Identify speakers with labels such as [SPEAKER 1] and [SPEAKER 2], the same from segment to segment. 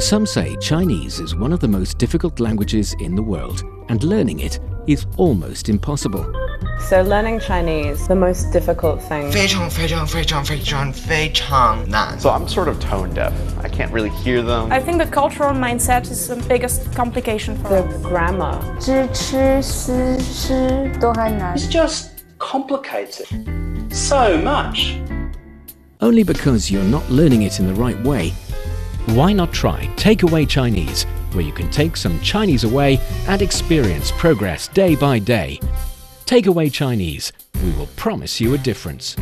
[SPEAKER 1] Some say Chinese is one of the most difficult languages in the world, and learning it is almost impossible.
[SPEAKER 2] So learning Chinese, the most difficult thing.
[SPEAKER 3] 非常非常非常非常非常难。
[SPEAKER 4] So I'm sort of tone deaf. I can't really hear them.
[SPEAKER 5] I think the cultural mindset is the biggest complication for
[SPEAKER 2] The
[SPEAKER 5] us.
[SPEAKER 2] grammar.
[SPEAKER 6] 知吃思吃都很难。
[SPEAKER 7] It's just complicated. So much.
[SPEAKER 1] Only because you're not learning it in the right way. Why not try Takeaway Chinese, where you can take some Chinese away and experience progress day by day? Takeaway Chinese, we will promise you a difference.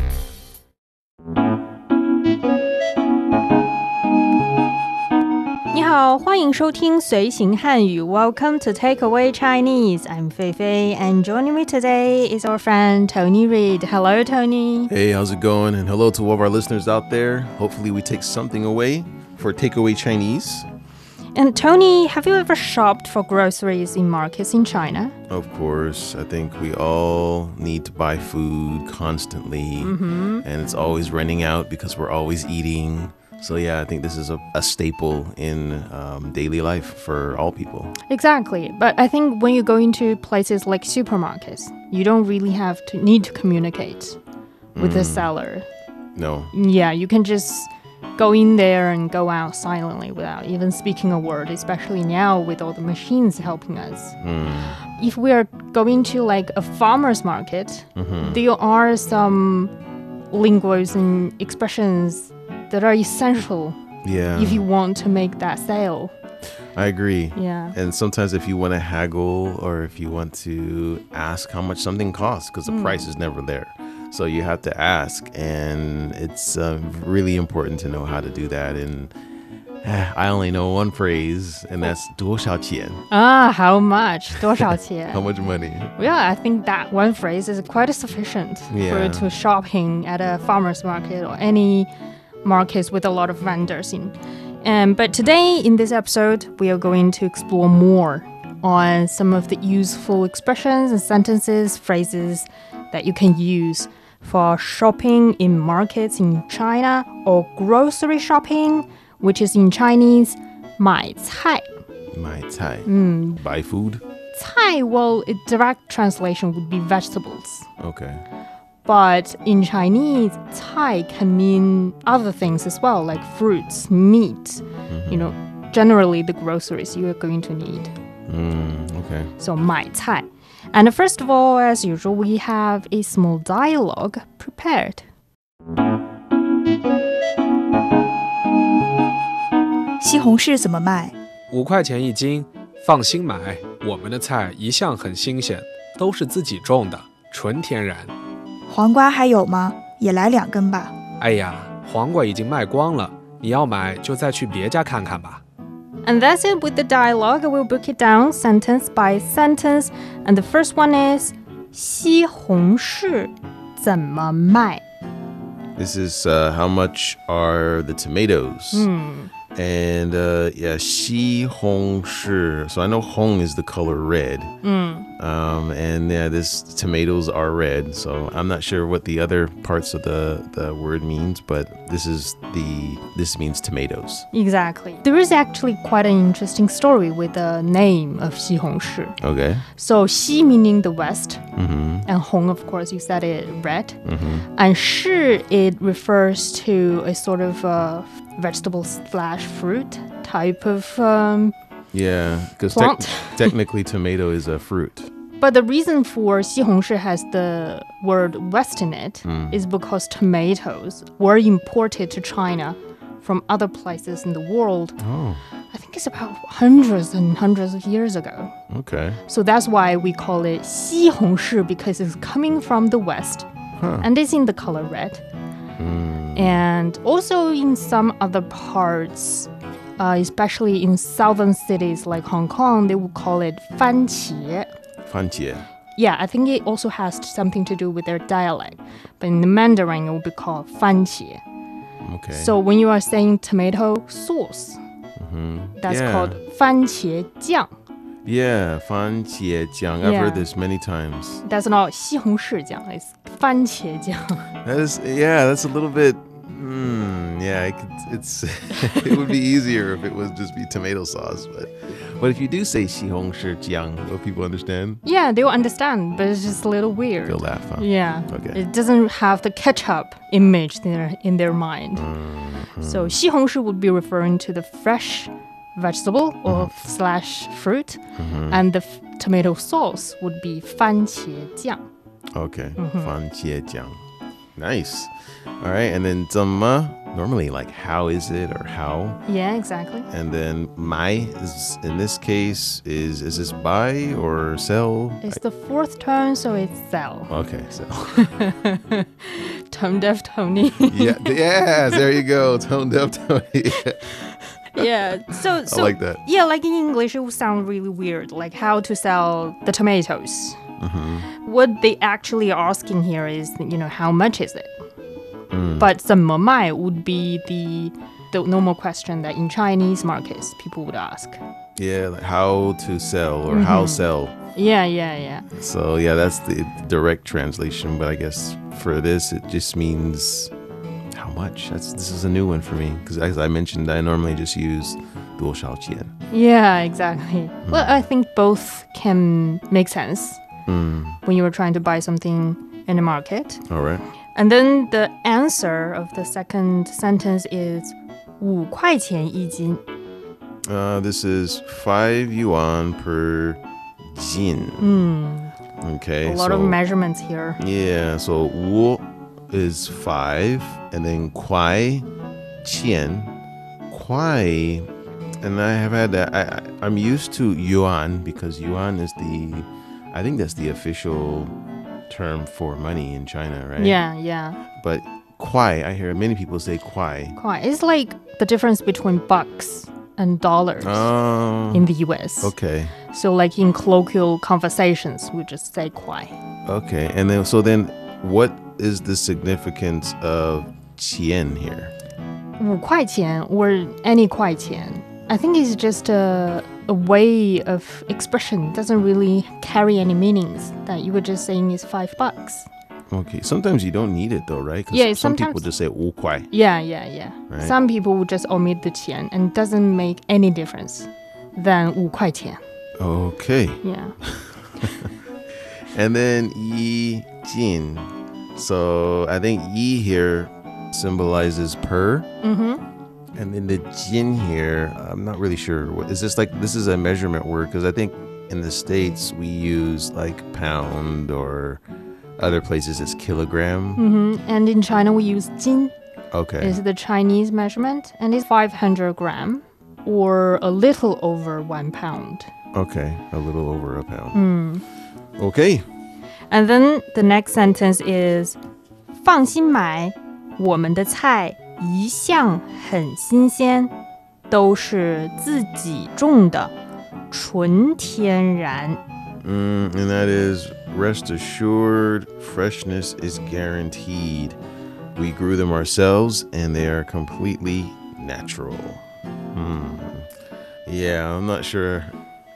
[SPEAKER 6] Welcome to Takeaway Chinese. I'm Fei Fei, and joining me today is our friend Tony Reid. Hello, Tony.
[SPEAKER 8] Hey, how's it going? And hello to all of our listeners out there. Hopefully, we take something away for Takeaway Chinese.
[SPEAKER 6] And Tony, have you ever shopped for groceries in markets in China?
[SPEAKER 8] Of course, I think we all need to buy food constantly, and it's always running out because we're always eating. So, yeah, I think this is a, a staple in um, daily life for all people.
[SPEAKER 6] Exactly, but I think when you go into places like supermarkets, you don't really have to need to communicate with the seller.
[SPEAKER 8] Mm. No,
[SPEAKER 6] Yeah, you can just go in there and go out silently without even speaking a word, especially now with all the machines helping us.
[SPEAKER 8] Mm.
[SPEAKER 6] If we are going to like a farmer's market,
[SPEAKER 8] Mm-hmm.
[SPEAKER 6] there are some lingo's and expressions that are essential
[SPEAKER 8] yeah,
[SPEAKER 6] if you want to make that sale.
[SPEAKER 8] I agree.
[SPEAKER 6] Yeah.
[SPEAKER 8] And sometimes, if you want to haggle or if you want to ask how much something costs, because the price is never there. So you have to ask. And it's uh, really important to know how to do that. And eh, I only know one phrase, and that's 多少钱?
[SPEAKER 6] Ah, how much? 多少钱?
[SPEAKER 8] How much money?
[SPEAKER 6] Yeah, I think that one phrase is quite sufficient
[SPEAKER 8] Yeah.
[SPEAKER 6] for to shopping at a farmer's market or any markets with a lot of vendors in. Um, but today in this episode, we are going to explore more on some of the useful expressions and sentences, phrases that you can use for shopping in markets in China or grocery shopping, which is in Chinese 买菜.
[SPEAKER 8] My Thai. Buy food?
[SPEAKER 6] Cai, well, a direct translation would be vegetables.
[SPEAKER 8] Okay.
[SPEAKER 6] But in Chinese, Cai can mean other things as well, like fruits, meat, you know, generally the groceries you are going to need.
[SPEAKER 8] Mm, okay.
[SPEAKER 6] So, my Cai. And first of all, as usual, we have a small dialogue prepared.
[SPEAKER 9] 西红柿怎么卖？
[SPEAKER 10] 五块钱一斤，放心买。我们的菜一向很新鲜，都是自己种的，纯天然。
[SPEAKER 9] 黄瓜还有吗？也来两根吧。
[SPEAKER 10] 哎呀，黄瓜已经卖光了，你要买就再去别家看看吧。
[SPEAKER 6] And that's it with the dialogue. We'll break it down sentence by sentence. And the first one is 西红柿怎么卖?
[SPEAKER 8] This is uh, how much are the tomatoes? And uh, yeah, Shi Hong Shi. So I know Hong is the color red. Um, and yeah, this tomatoes are red. So I'm not sure what the other parts of the, the word means, but this is the this means tomatoes.
[SPEAKER 6] Exactly. There is actually quite an interesting story with the name of Xi Hong Shi.
[SPEAKER 8] Okay. Mm-hmm.
[SPEAKER 6] So Xi meaning the West, and Hong, of course, you said it red, and Shi it refers to a sort of uh, vegetable slash fruit type of. Um,
[SPEAKER 8] Yeah, because
[SPEAKER 6] Plant.
[SPEAKER 8] technically tomato is a fruit.
[SPEAKER 6] but the reason for Xi Hong Shi has the word West in it is
[SPEAKER 8] Hmm.
[SPEAKER 6] because tomatoes were imported to China from other places in the world.
[SPEAKER 8] Oh,
[SPEAKER 6] I think it's about hundreds and hundreds of years ago.
[SPEAKER 8] okay.
[SPEAKER 6] So that's why we call it 西红柿 because it's coming from the west and it's in the color red.
[SPEAKER 8] Hmm.
[SPEAKER 6] And also in some other parts, uh, especially in southern cities like Hong Kong, they would call it 番茄.
[SPEAKER 8] Fanjie.
[SPEAKER 6] Yeah, I think it also has something to do with their dialect. But in the Mandarin, it will be called 番茄.
[SPEAKER 8] Okay.
[SPEAKER 6] So when you are saying tomato sauce, that's
[SPEAKER 8] Mm-hmm. Yeah.
[SPEAKER 6] called 番茄酱.
[SPEAKER 8] yeah, fanjiejiang. I've
[SPEAKER 6] Yeah.
[SPEAKER 8] heard this many times.
[SPEAKER 6] That's not 西红柿酱, it's 番茄酱.
[SPEAKER 8] That is, yeah, that's a little bit Mm, yeah, it could, it's it would be easier if it was just be tomato sauce, but but if you do say xi hong shi jiang, will people understand?
[SPEAKER 6] Yeah, they'll understand, but it's just a little weird.
[SPEAKER 8] They'll laugh. Huh?
[SPEAKER 6] Yeah.
[SPEAKER 8] Okay.
[SPEAKER 6] It doesn't have the ketchup image in their, in their mind. So, xi hong shi would be referring to the fresh vegetable or slash fruit, and the f- tomato sauce would be 番茄酱.
[SPEAKER 8] Okay. Fan jie jiang. Nice. All right, and then zama normally like how is it or how,
[SPEAKER 6] Yeah, exactly.
[SPEAKER 8] and then mai is in this case is is this buy or sell?
[SPEAKER 6] It's the fourth tone, so it's sell.
[SPEAKER 8] Okay, so
[SPEAKER 6] Tone deaf Tony.
[SPEAKER 8] yeah, yes, there you go, tone deaf Tony.
[SPEAKER 6] yeah. So, so
[SPEAKER 8] like that.
[SPEAKER 6] Yeah, like in English, it would sound really weird. Like how to sell the tomatoes.
[SPEAKER 8] Mm-hmm.
[SPEAKER 6] What they actually asking here is, you know, how much is it?
[SPEAKER 8] Mm.
[SPEAKER 6] But 怎么卖 would be the the normal question that in Chinese markets people would ask.
[SPEAKER 8] yeah, like how to sell or how sell.
[SPEAKER 6] Yeah, yeah, yeah.
[SPEAKER 8] So yeah, that's the direct translation, but I guess for this it just means how much. That's this is a new one for me because as I mentioned, I normally just use duo shao qian.
[SPEAKER 6] Yeah, exactly.
[SPEAKER 8] Hmm.
[SPEAKER 6] Well, I think both can make sense when you are trying to buy something in a market.
[SPEAKER 8] Hmm. All right.
[SPEAKER 6] And then the answer of the second sentence is 五块钱一斤.
[SPEAKER 8] Uh, this is five yuan per jin. Okay.
[SPEAKER 6] A lot of
[SPEAKER 8] so-
[SPEAKER 6] measurements here.
[SPEAKER 8] Yeah. So wu is five, and then kuai, qian, kuai, and I have had that. I, I I'm used to yuan because yuan is the, I think that's the official term for money in China, right?
[SPEAKER 6] Yeah, yeah.
[SPEAKER 8] But kuai, I hear many people say kuai.
[SPEAKER 6] Quite. It's like the difference between bucks and dollars
[SPEAKER 8] Oh.
[SPEAKER 6] in the US.
[SPEAKER 8] okay.
[SPEAKER 6] So like in colloquial conversations, we just say quite.
[SPEAKER 8] Okay. And then so then, what is the significance of qian here?
[SPEAKER 6] 五块钱 or any 块钱. I think it's just a, a way of expression. Doesn't really carry any meanings. That you were just saying is five bucks.
[SPEAKER 8] Okay. Sometimes you don't need it though, right? 'Cause
[SPEAKER 6] Yeah,
[SPEAKER 8] Some people
[SPEAKER 6] sometimes-
[SPEAKER 8] just say "wu kuai."
[SPEAKER 6] Yeah, yeah, yeah.
[SPEAKER 8] Right.
[SPEAKER 6] Some people would just omit the 钱 and doesn't make any difference. Then 五块钱.
[SPEAKER 8] Okay.
[SPEAKER 6] Yeah.
[SPEAKER 8] And then yi jin. So I think yi here symbolizes per. Mm-hmm. And then the jin here, I'm not really sure. What is this like? This is a measurement word because I think in the states we use like pound or other places it's kilogram.
[SPEAKER 6] And in China we use 斤
[SPEAKER 8] Okay.
[SPEAKER 6] is the Chinese measurement and it's 500 gram or a little over one pound.
[SPEAKER 8] okay. A little over a pound. Okay.
[SPEAKER 6] And then the next sentence is 放心买，我们的菜一向很新鲜，都是自己种的，纯天然。
[SPEAKER 8] Mm, and that is rest assured, freshness is guaranteed. We grew them ourselves and they are completely natural. Hmm. Yeah, I'm not sure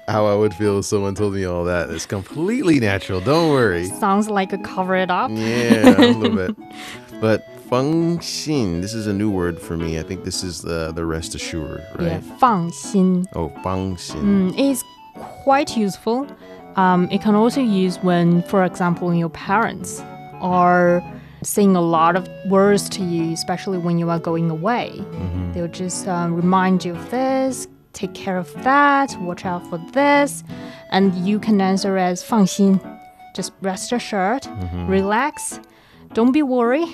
[SPEAKER 8] how I would feel if someone told me all that. It's completely natural, don't worry.
[SPEAKER 6] Sounds like a cover it up.
[SPEAKER 8] Yeah, a little bit. But feng xin, this is a new word for me. I think this is the, the rest assured,
[SPEAKER 6] Yeah,
[SPEAKER 8] right?
[SPEAKER 6] 放心.
[SPEAKER 8] Oh, feng xin.
[SPEAKER 6] Mm, it's quite useful. Um, it can also use when, for example, your parents are saying a lot of words to you, especially when you are going away.
[SPEAKER 8] Mm-hmm.
[SPEAKER 6] They'll just um, remind you of this, take care of that, watch out for this, and you can answer as 放心. Just rest assured,
[SPEAKER 8] Mm-hmm.
[SPEAKER 6] relax, don't be worried.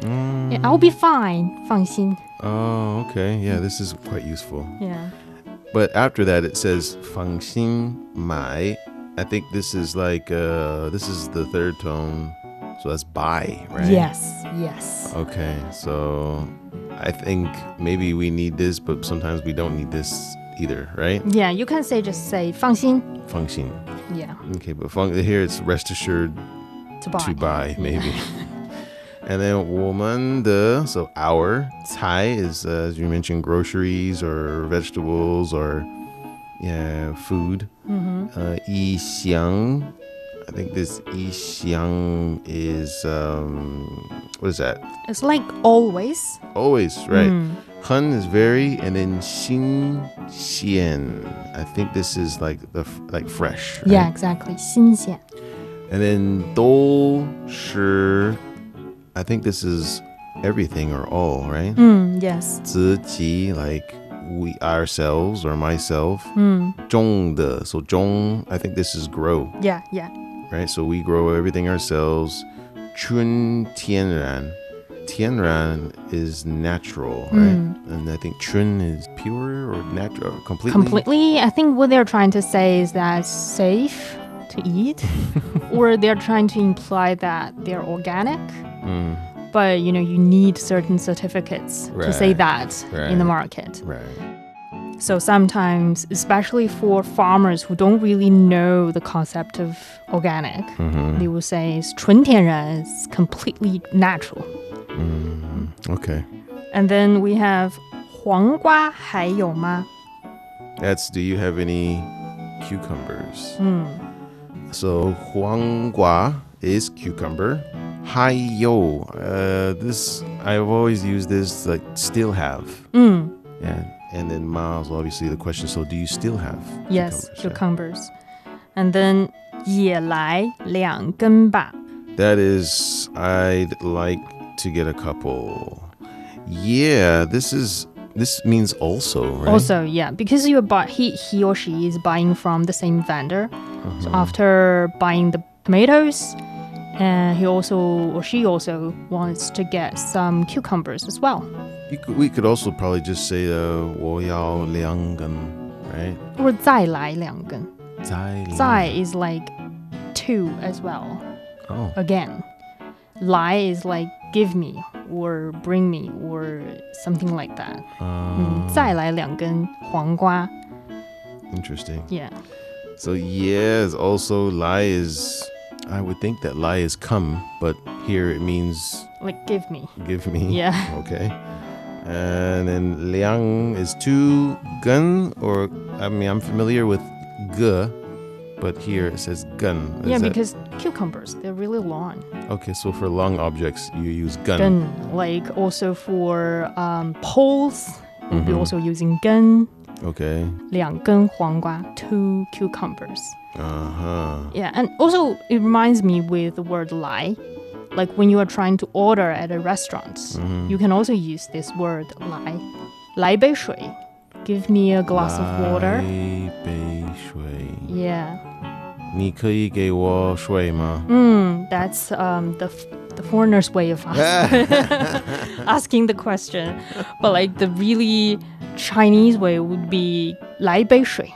[SPEAKER 6] Yeah,
[SPEAKER 8] Mm.
[SPEAKER 6] I'll be fine. 放心.
[SPEAKER 8] Oh, okay. Yeah, this is quite useful.
[SPEAKER 6] Yeah.
[SPEAKER 8] But after that, it says "fang xin mai." I think this is like uh, this is the third tone, so that's "bai," right?
[SPEAKER 6] Yes. Yes.
[SPEAKER 8] Okay, so I think maybe we need this, but sometimes we don't need this either, right?
[SPEAKER 6] Yeah. You can say just say 放心.
[SPEAKER 8] Fang xin.
[SPEAKER 6] Yeah.
[SPEAKER 8] Okay, but fang here it's rest assured
[SPEAKER 6] to buy.
[SPEAKER 8] to buy maybe. and then woman the so our Thai is uh, as you mentioned groceries or
[SPEAKER 7] Mm-hmm.
[SPEAKER 8] vegetables or yeah food. Uh, yi xiang I think this Yixiang is um, what is that?
[SPEAKER 6] It's like always.
[SPEAKER 8] Always right.
[SPEAKER 6] Mm.
[SPEAKER 8] Hun is very, and then Xin Xian. I think this is like the f- like fresh. right?
[SPEAKER 6] Yeah, exactly. 新鲜.
[SPEAKER 8] And then Dou Shi. I think this is everything or all, right?
[SPEAKER 6] Mm, yes.
[SPEAKER 8] 自己 like we ourselves or myself.
[SPEAKER 6] Mm,
[SPEAKER 8] 种的 so 种 I think this is grow
[SPEAKER 6] yeah, yeah.
[SPEAKER 8] right so we grow everything ourselves 春 tianran tianran is natural right
[SPEAKER 6] Mm.
[SPEAKER 8] and I think 春 is pure or natural completely
[SPEAKER 6] Completely. I think what they're trying to say is that it's safe to eat, or they're trying to imply that they're organic.
[SPEAKER 8] Mm,
[SPEAKER 6] But you know, you need certain certificates to say
[SPEAKER 8] Right,
[SPEAKER 6] that in the
[SPEAKER 8] right.
[SPEAKER 6] market.
[SPEAKER 8] right
[SPEAKER 6] So sometimes, especially for farmers who don't really know the concept of organic,
[SPEAKER 8] Mhm.
[SPEAKER 6] they will say it's 纯天然, it's completely natural.
[SPEAKER 8] Mm, okay
[SPEAKER 6] And then we have 黄瓜还有吗?
[SPEAKER 8] that's do you have any cucumbers
[SPEAKER 6] Mm,
[SPEAKER 8] so huanggua is cucumber hi yo uh, this I've always used this like still have
[SPEAKER 6] mm,
[SPEAKER 8] Yeah. And then miles, obviously, the question so do you still have
[SPEAKER 6] yes,
[SPEAKER 8] cucumbers? Yeah.
[SPEAKER 6] cucumbers. And then 也来两根吧.
[SPEAKER 8] That is, I'd like to get a couple. Yeah, this is, this means also, right?
[SPEAKER 6] Also, yeah, because you buy he he or she is buying from the same vendor. So
[SPEAKER 8] Uh-huh.
[SPEAKER 6] after buying the tomatoes, and he also or she also wants to get some cucumbers as well,
[SPEAKER 8] You could, we could also probably just say, uh, 我要两根, right?
[SPEAKER 6] or 再来两根.
[SPEAKER 8] 再
[SPEAKER 6] Zai is like two as well.
[SPEAKER 8] Oh.
[SPEAKER 6] Again, lai is like give me or bring me or something like that.
[SPEAKER 8] Uh,
[SPEAKER 6] 嗯，再来两根黄瓜.
[SPEAKER 8] Interesting.
[SPEAKER 6] Yeah.
[SPEAKER 8] So, yes, also, lie is, I would think that lie is come, but here it means
[SPEAKER 6] Like give me.
[SPEAKER 8] give me.
[SPEAKER 6] Yeah.
[SPEAKER 8] Okay. And then liang is two gun, or I mean, I'm familiar with gu, but here it says gun. Is
[SPEAKER 6] yeah,
[SPEAKER 8] that-
[SPEAKER 6] because cucumbers, they're really long.
[SPEAKER 8] okay, so for long objects you use gun.
[SPEAKER 6] gun like also for um, poles we'll be
[SPEAKER 8] Mhm.
[SPEAKER 6] also using gun
[SPEAKER 8] Okay.
[SPEAKER 6] 两根黄瓜 two cucumbers
[SPEAKER 8] Uh huh.
[SPEAKER 6] yeah and also it reminds me with the word lie like when you are trying to order at a restaurant
[SPEAKER 8] Mm-hmm.
[SPEAKER 6] you can also use this word lie 来杯水 give me a glass of water
[SPEAKER 8] 来杯水。
[SPEAKER 6] yeah
[SPEAKER 8] 你可以给我水吗？
[SPEAKER 6] mm, that's um, the, f- the foreigner's way of asking asking the question. But like the really Chinese way would be 来杯水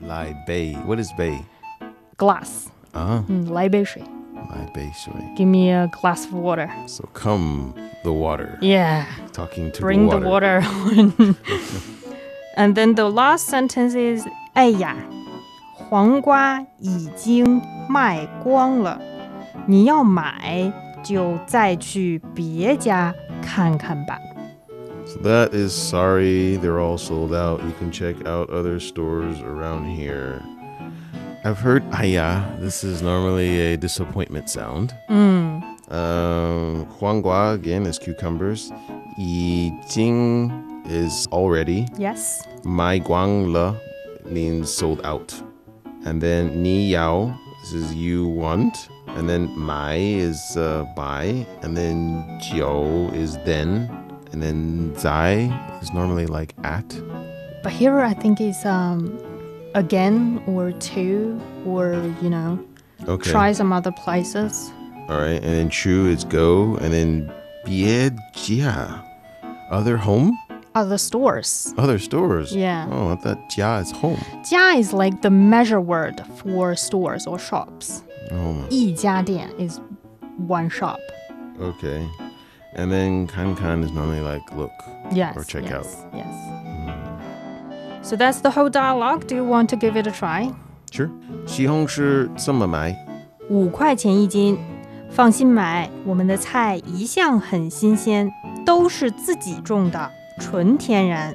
[SPEAKER 8] 来杯- What is bay?
[SPEAKER 6] glass. Mm,
[SPEAKER 8] Ah,
[SPEAKER 6] 嗯，来杯水
[SPEAKER 8] 来杯水.
[SPEAKER 6] give me a glass of water.
[SPEAKER 8] So come the water.
[SPEAKER 6] Yeah,
[SPEAKER 8] Talking to
[SPEAKER 6] bring the water. and then the last sentence is 哎呀，黄瓜已经卖光了，你要买就再去别家看看吧。
[SPEAKER 8] So that is sorry, they're all sold out. You can check out other stores around here. I've heard aya. This is normally a disappointment sound.
[SPEAKER 6] Mm.
[SPEAKER 8] Um, huanggua again is cucumbers. Yi jing is already.
[SPEAKER 6] Yes.
[SPEAKER 8] Mai guang le means sold out. And then ni yao, this is you want. And then mai is uh, buy. And then jiao is then. And then zai is normally like at.
[SPEAKER 6] But here I think it's um again or two or you know
[SPEAKER 8] Okay.
[SPEAKER 6] try some other places.
[SPEAKER 8] All right. And then chu is go. And then bie jia, other home,
[SPEAKER 6] Other stores.
[SPEAKER 8] other stores.
[SPEAKER 6] Yeah.
[SPEAKER 8] Oh, I thought jia is home.
[SPEAKER 6] Jia is like the measure word for stores or shops.
[SPEAKER 8] Oh, my.
[SPEAKER 6] 一家店 is one shop.
[SPEAKER 8] Okay. And then kan kan is normally like look.
[SPEAKER 6] Yes.
[SPEAKER 8] Or check
[SPEAKER 6] yes,
[SPEAKER 8] out.
[SPEAKER 6] Yes. So that's the whole dialogue. Do you want to give it a try?
[SPEAKER 8] Sure. 西红柿这么买。
[SPEAKER 6] 五块钱一斤，放心买，我们的菜一向很新鲜，都是自己种的，纯天然。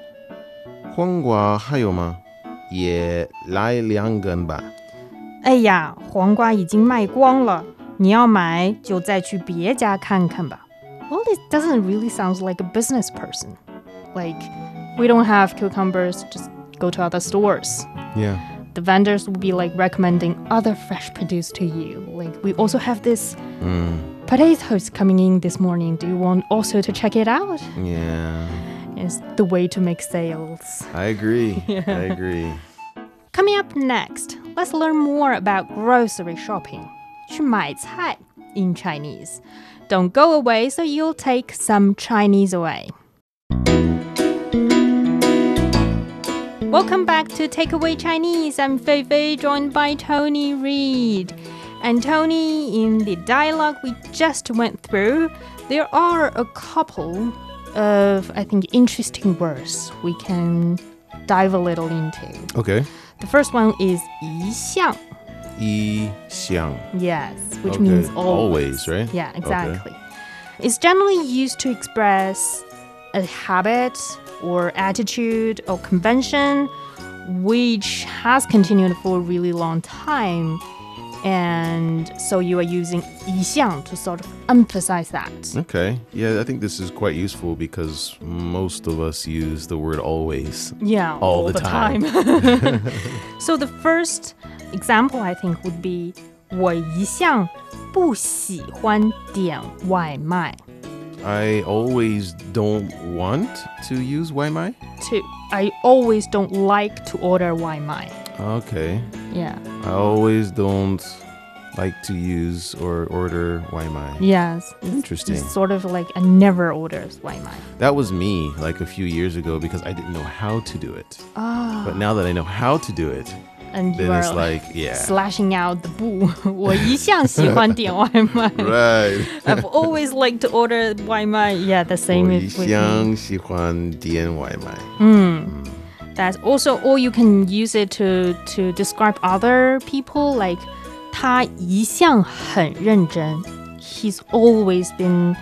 [SPEAKER 8] 黄瓜还有吗？也来两根吧。
[SPEAKER 6] 哎呀，黄瓜已经卖光了，你要买就再去别家看看吧。Well, it doesn't really sound like a business person. Like, we don't have cucumbers, just go to other stores.
[SPEAKER 8] Yeah.
[SPEAKER 6] The vendors will be like recommending other fresh produce to you. Like, we also have this
[SPEAKER 8] Mm,
[SPEAKER 6] potatoes coming in this morning. Do you want also to check it out?
[SPEAKER 8] yeah.
[SPEAKER 6] It's the way to make sales.
[SPEAKER 8] I agree. I agree.
[SPEAKER 6] Coming up next, let's learn more about grocery shopping. 去买菜 in Chinese. Don't go away so you'll take some Chinese away. Welcome back to Takeaway Chinese. I'm Fei Fei, joined by Tony Reed. And Tony, in the dialogue we just went through, there are a couple of, I think, interesting words we can dive a little into.
[SPEAKER 8] Okay.
[SPEAKER 6] The first one is 一向,
[SPEAKER 8] Yi xiang.
[SPEAKER 6] yes, which
[SPEAKER 8] Okay,
[SPEAKER 6] means
[SPEAKER 8] always, right?
[SPEAKER 6] Yeah,
[SPEAKER 8] Okay.
[SPEAKER 6] exactly. It's generally used to express a habit or attitude or convention which has continued for a really long time. And so you are using 一向 to sort of emphasize that.
[SPEAKER 8] Okay. Yeah, I think this is quite useful because most of us use the word always.
[SPEAKER 6] Yeah,
[SPEAKER 8] All the time.
[SPEAKER 6] so the first example I think would be 我一向不喜欢点外卖
[SPEAKER 8] I always don't want to use Wai Mai.
[SPEAKER 6] to I always don't like to order 外卖.
[SPEAKER 8] Okay.
[SPEAKER 6] Yeah.
[SPEAKER 8] I always don't like to use or order Wai Mai.
[SPEAKER 6] Yes. It's-
[SPEAKER 8] Interesting.
[SPEAKER 6] It's sort of like I never orders 外卖.
[SPEAKER 8] That was me like a few years ago because I didn't know how to do it.
[SPEAKER 6] Ah.
[SPEAKER 8] But now that I know how to do it,
[SPEAKER 6] And you
[SPEAKER 8] then
[SPEAKER 6] are
[SPEAKER 8] it's like, yeah.
[SPEAKER 6] slashing out the 不.我一向喜欢点外卖.
[SPEAKER 8] Right.
[SPEAKER 6] I've always liked to order 外卖. Yeah, the same is with me.
[SPEAKER 8] 我一向喜欢点外卖。
[SPEAKER 6] Hmm. That's also, or you can use it to to describe other people. Like 他一向很认真. He's always been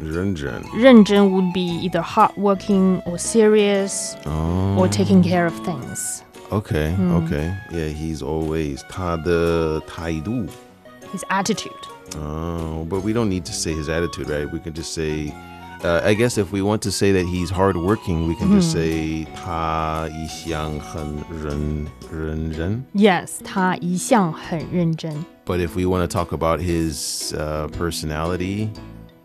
[SPEAKER 8] 认真。
[SPEAKER 6] 认真 would be either hardworking or serious
[SPEAKER 8] Oh.
[SPEAKER 6] or taking care of things.
[SPEAKER 8] Okay, okay. Yeah, he's always 他的态度.
[SPEAKER 6] His attitude.
[SPEAKER 8] Oh, but we don't need to say his attitude, right? We can just say, uh, I guess if we want to say that he's hardworking, we can just say 他一向很认认真.
[SPEAKER 6] Yes, 他一向很认真.
[SPEAKER 8] But if we want to talk about his uh, personality,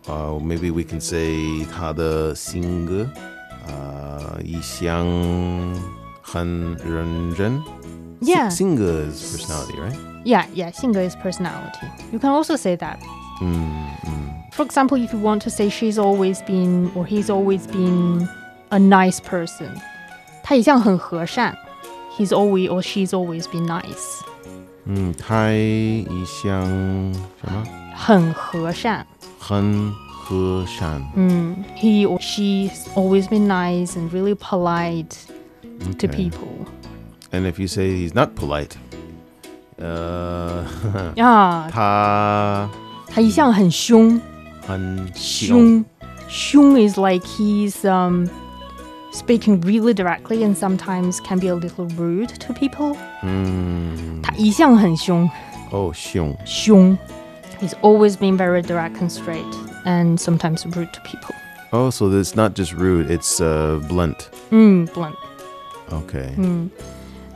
[SPEAKER 8] uh, maybe we can say 他的性格, uh, 一向很认真.
[SPEAKER 6] Yeah.
[SPEAKER 8] Singa is personality, right?
[SPEAKER 6] Yeah, yeah, 性格 is personality. You can also say that.
[SPEAKER 8] Mm, mm.
[SPEAKER 6] For example, if you want to say she's always been or he's always been a nice person. 他一向很和善. He's always or she's always been nice.
[SPEAKER 8] 嗯，太一香什么？
[SPEAKER 6] 很和善.
[SPEAKER 8] 很和善。
[SPEAKER 6] Mm. He or she's always been nice and really polite to
[SPEAKER 8] Okay.
[SPEAKER 6] people.
[SPEAKER 8] And if you say he's not polite, uh,
[SPEAKER 6] 啊，
[SPEAKER 8] 他
[SPEAKER 6] 他一向很凶，
[SPEAKER 8] 很凶。
[SPEAKER 6] 凶，凶 is like he's um speaking really directly and sometimes can be a little rude to people.
[SPEAKER 8] 嗯，
[SPEAKER 6] 他一向很凶，
[SPEAKER 8] 哦，凶。
[SPEAKER 6] 凶，he's always been very direct and straight and sometimes rude to people.
[SPEAKER 8] Oh, so it's not just rude; it's uh, blunt.
[SPEAKER 6] 嗯，blunt.
[SPEAKER 8] Okay.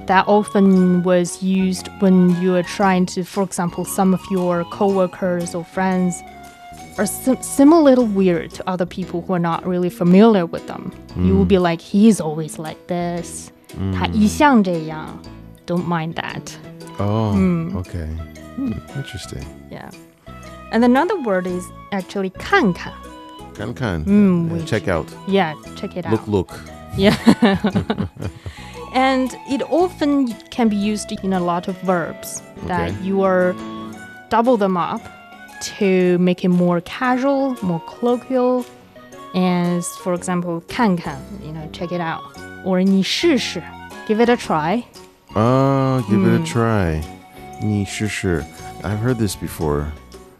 [SPEAKER 6] That often was used when you are trying to, for example, some of your coworkers or friends are sim- similar little weird to other people who are not really familiar with them. You will
[SPEAKER 8] Mm.
[SPEAKER 6] be like, he's always like this. 他一向这样. Don't mind that. Mm.
[SPEAKER 8] Oh, okay. Hmm, interesting.
[SPEAKER 6] Yeah. And another word is actually 看看.
[SPEAKER 8] 看看。
[SPEAKER 6] 嗯
[SPEAKER 8] Uh,
[SPEAKER 6] which-
[SPEAKER 8] check out.
[SPEAKER 6] Yeah, check it out.
[SPEAKER 8] Look, look.
[SPEAKER 6] Yeah. and it often can be used in a lot of verbs
[SPEAKER 8] Okay.
[SPEAKER 6] that you are double them up to make it more casual, more colloquial. As for example, 看看, you know, check it out. Or 你试试, give it a try.
[SPEAKER 8] Oh, give it a try. 你试试. I've heard this before.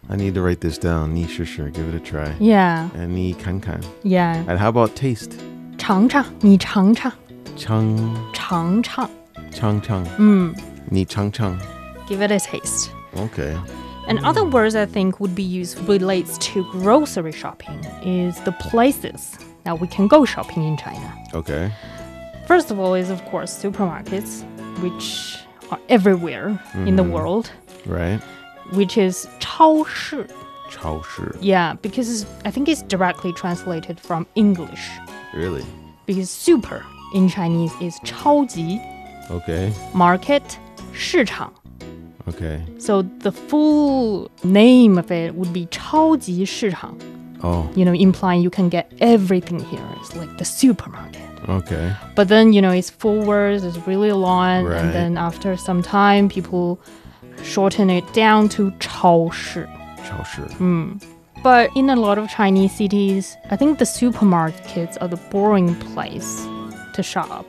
[SPEAKER 8] I need to write this down. 你试试. Give it a try.
[SPEAKER 6] Yeah,
[SPEAKER 8] And 你看看.
[SPEAKER 6] yeah.
[SPEAKER 8] And how about taste?
[SPEAKER 6] 尝尝,你尝尝,
[SPEAKER 8] 尝,
[SPEAKER 6] 尝尝. Mm.
[SPEAKER 8] 尝尝.你尝尝.
[SPEAKER 6] Give it a taste.
[SPEAKER 8] Okay.
[SPEAKER 6] And other words I think would be used relates to grocery shopping is the places that we can go shopping in China.
[SPEAKER 8] Okay.
[SPEAKER 6] First of all is of course supermarkets, which are everywhere in the
[SPEAKER 8] Mm-hmm.
[SPEAKER 6] world,
[SPEAKER 8] Right.
[SPEAKER 6] which is 超市.
[SPEAKER 8] 超市.
[SPEAKER 6] Yeah, because it's- I think it's directly translated from English
[SPEAKER 8] Really?
[SPEAKER 6] because super in Chinese is 超级
[SPEAKER 8] Okay.
[SPEAKER 6] market 市场.
[SPEAKER 8] Okay.
[SPEAKER 6] So the full name of it would be 超级市场.
[SPEAKER 8] Oh.
[SPEAKER 6] you know, implying you can get everything here. It's like the supermarket.
[SPEAKER 8] Okay.
[SPEAKER 6] But then, you know, it's four words, it's really long,
[SPEAKER 8] Right.
[SPEAKER 6] and then after some time, people shorten it down to 超市. Mm.
[SPEAKER 8] 超市.
[SPEAKER 6] But in a lot of Chinese cities, I think the supermarkets are the boring place to shop.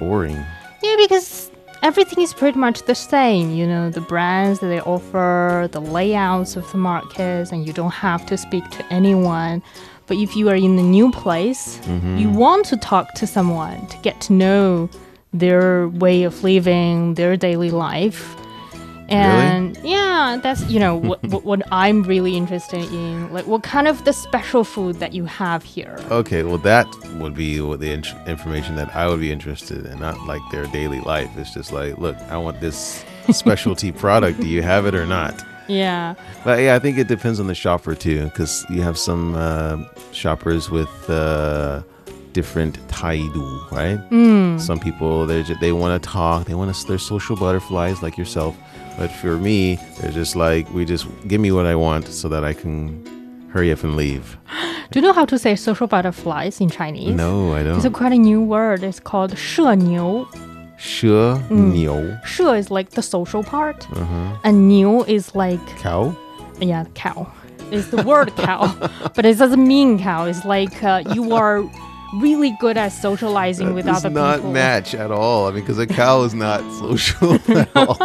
[SPEAKER 8] Boring.
[SPEAKER 6] Yeah, because everything is pretty much the same. You know, the brands that they offer, the layouts of the markets, and you don't have to speak to anyone. But if you are in a new place,
[SPEAKER 8] Mm-hmm.
[SPEAKER 6] you want to talk to someone to get to know their way of living, their daily life. And yeah, that's you know what, what what I'm really interested in. Like, what kind of the special food that you have here?
[SPEAKER 8] Okay, well, that would be what the in- information that I would be interested in, not like their daily life. It's just like, look, I want this specialty product. Do you have it or not?
[SPEAKER 6] Yeah,
[SPEAKER 8] But yeah, I think it depends on the shopper too, because you have some uh, shoppers with uh, different taidu, right?
[SPEAKER 6] Mm.
[SPEAKER 8] Some people they they want to talk, they want to they're social butterflies like yourself, but for me, they're just like we just give me what I want so that I can hurry up and leave.
[SPEAKER 6] do you know how to say social butterflies in Chinese?
[SPEAKER 8] No, I
[SPEAKER 6] It's a
[SPEAKER 8] don't.
[SPEAKER 6] quite a new word. It's called 社牛.
[SPEAKER 8] 蛇牛
[SPEAKER 6] 社 is like the social part, and 牛 is like
[SPEAKER 8] Uh-huh. cow.
[SPEAKER 6] yeah cow. It's the word cow, but it doesn't mean cow. It's like uh, you are really good at socializing with
[SPEAKER 8] does
[SPEAKER 6] other
[SPEAKER 8] not
[SPEAKER 6] people.
[SPEAKER 8] match at all. I mean, because a cow is not social at all.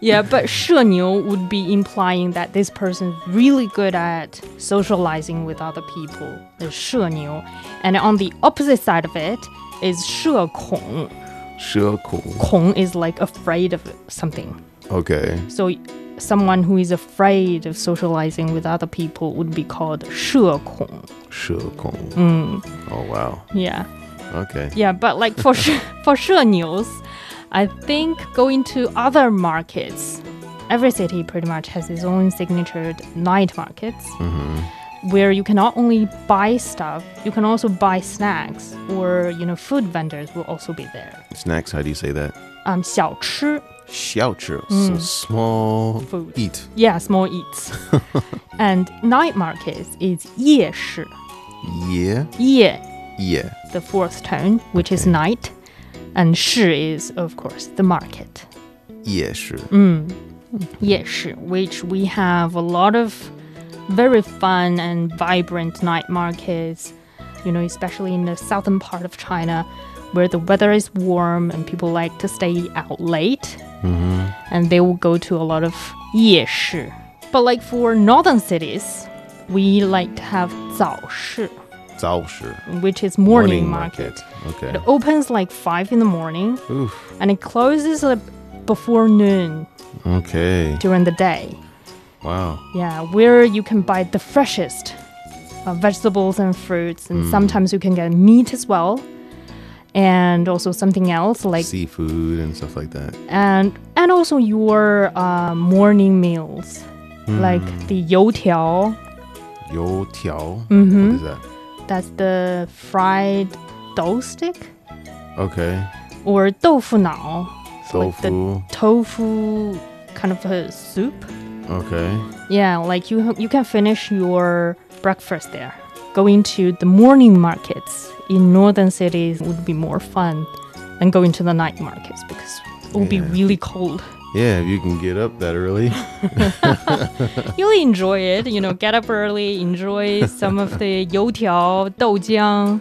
[SPEAKER 6] Yeah, but 社牛 would be implying that this person is really good at socializing with other people. The 社牛, and on the opposite side of it is 社恐.
[SPEAKER 8] 蛇恐.
[SPEAKER 6] 恐 is like afraid of something.
[SPEAKER 8] Okay.
[SPEAKER 6] So someone who is afraid of socializing with other people would be called 社恐.
[SPEAKER 8] 蛇恐. Oh wow.
[SPEAKER 6] Yeah.
[SPEAKER 8] Okay.
[SPEAKER 6] Yeah, but like for sh- for 社牛s, I think going to other markets. Every city pretty much has its own signature night markets. Where you can not only buy stuff, you can also buy snacks, or you know, food vendors will also be there.
[SPEAKER 8] Snacks. How do you say that?
[SPEAKER 6] Um, 小吃
[SPEAKER 8] Xiaochu. So small
[SPEAKER 6] Mm. Food.
[SPEAKER 8] eat.
[SPEAKER 6] Yeah, small eats. and night markets is 夜市.
[SPEAKER 8] Yeah.
[SPEAKER 6] 夜
[SPEAKER 8] Yeah.
[SPEAKER 6] the fourth tone, which is night, and 市 is of course the market.
[SPEAKER 8] Yeah. Sure.
[SPEAKER 6] Mm. 夜市, which we have a lot of very fun and vibrant night markets, you know, especially in the southern part of China where the weather is warm and people like to stay out late. And they will go to a lot of 夜市. But like for northern cities, we like to have 早市,
[SPEAKER 8] Zao sure.
[SPEAKER 6] which is morning, market.
[SPEAKER 8] Okay.
[SPEAKER 6] It opens like 5 in the morning
[SPEAKER 8] Oof.
[SPEAKER 6] and it closes uh, before noon
[SPEAKER 8] Okay.
[SPEAKER 6] during the day.
[SPEAKER 8] Wow.
[SPEAKER 6] Yeah, where you can buy the freshest uh, vegetables and fruits,
[SPEAKER 8] Mm.
[SPEAKER 6] and sometimes you can get meat as well, and also something else like
[SPEAKER 8] Seafood and stuff like that.
[SPEAKER 6] and and also your uh, morning meals
[SPEAKER 8] Mm.
[SPEAKER 6] like the youtiao, Mm-hmm.
[SPEAKER 8] Yo tiao. What is that?
[SPEAKER 6] that's the fried dough stick,
[SPEAKER 8] Okay.
[SPEAKER 6] or doufu nao, so like the
[SPEAKER 8] Tofu.
[SPEAKER 6] tofu kind of a soup.
[SPEAKER 8] Okay.
[SPEAKER 6] Yeah, like you you can finish your breakfast there. Going to the morning markets in northern cities would be more fun than going to the night markets because it will be really cold.
[SPEAKER 8] Yeah. If you can get up that early.
[SPEAKER 6] You'll enjoy it, you know, get up early, enjoy some of the youtiao, doujiang,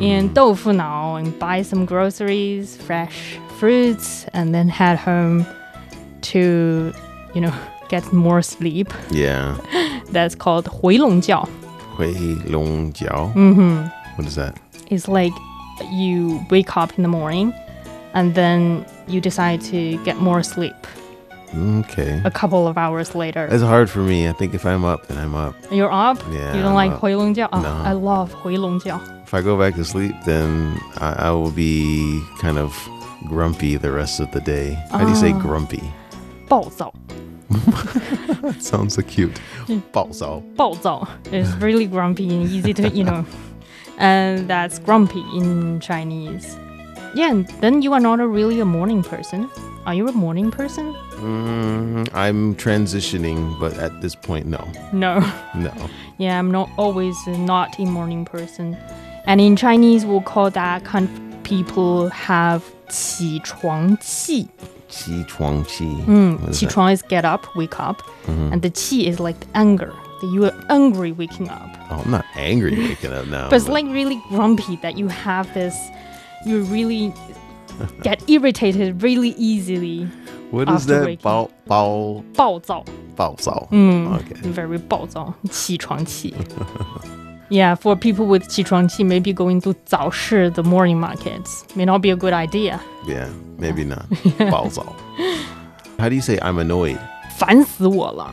[SPEAKER 6] and doufu nao, and buy some groceries, fresh fruits, and then head home to, you know, get more sleep.
[SPEAKER 8] yeah.
[SPEAKER 6] That's called 回笼觉.
[SPEAKER 8] Hui long jiao. Mm-hmm. is that?
[SPEAKER 6] It's like you wake up in the morning and then you decide to get more sleep.
[SPEAKER 8] Mm, Okay.
[SPEAKER 6] a couple of hours later.
[SPEAKER 8] It's hard for me. I think if I'm up, then I'm up.
[SPEAKER 6] You're up?
[SPEAKER 8] Yeah,
[SPEAKER 6] you don't
[SPEAKER 8] I'm
[SPEAKER 6] like
[SPEAKER 8] up.
[SPEAKER 6] 回笼觉? Oh,
[SPEAKER 8] No.
[SPEAKER 6] I love 回笼觉.
[SPEAKER 8] If I go back to sleep, then I, I will be kind of grumpy the rest of the day. How do you say
[SPEAKER 6] Ah.
[SPEAKER 8] grumpy?
[SPEAKER 6] 暴躁.
[SPEAKER 8] That sounds so cute. 暴躁.
[SPEAKER 6] 暴躁 is really grumpy and easy to, you know. And that's grumpy in Chinese. Yeah, and then you are not a really a morning person. Are you a morning person?
[SPEAKER 8] Mm, I'm transitioning, but at this point, no,
[SPEAKER 6] No.
[SPEAKER 8] no.
[SPEAKER 6] Yeah, I'm not always a not a morning person. And in Chinese, we'll call that kind of people have 起床气.
[SPEAKER 8] Qi chuang qi.
[SPEAKER 6] Mm,
[SPEAKER 8] What is that?
[SPEAKER 6] 起床 is get up, wake up.
[SPEAKER 8] Mm-hmm.
[SPEAKER 6] And the qi is like the anger, that you are angry waking up.
[SPEAKER 8] Oh, I'm not angry waking up now.
[SPEAKER 6] but it's like really grumpy that you have this, you really get irritated really easily.
[SPEAKER 8] what is
[SPEAKER 6] after
[SPEAKER 8] that?
[SPEAKER 6] waking-
[SPEAKER 8] Bao bao
[SPEAKER 6] 暴躁.
[SPEAKER 8] bao sao? Okay.
[SPEAKER 6] Mm, very 暴躁, 起床气. yeah, for people with 起床气, maybe going to 早市, the morning markets, may not be a good idea.
[SPEAKER 8] Yeah, maybe not. Bao sao. How do you say I'm annoyed?
[SPEAKER 6] 烦死我了，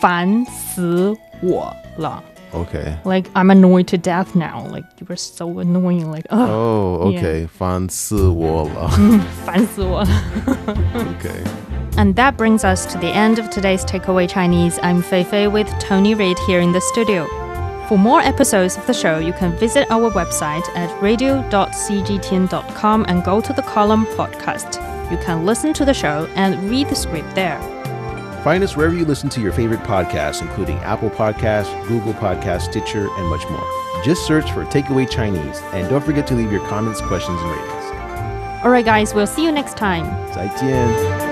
[SPEAKER 6] 烦死我了.
[SPEAKER 8] Okay.
[SPEAKER 6] Like, I'm annoyed to death now. Like, you were so annoying. Like, ugh,
[SPEAKER 8] Oh,
[SPEAKER 6] Yeah.
[SPEAKER 8] okay. Fan si wola.
[SPEAKER 6] 烦死我了.
[SPEAKER 8] Okay.
[SPEAKER 6] And that brings us to the end of today's Takeaway Chinese. I'm Feifei with Tony Reid here in the studio. For more episodes of the show, you can visit our website at radio.cgtn.com and go to the column podcast. You can listen to the show and read the script there.
[SPEAKER 11] Find us wherever you listen to your favorite podcasts, including Apple Podcasts, Google Podcasts, Stitcher, and much more. Just search for Takeaway Chinese, and don't forget to leave your comments, questions, and ratings.
[SPEAKER 6] Alright, guys, we'll see you next time.
[SPEAKER 11] 再见。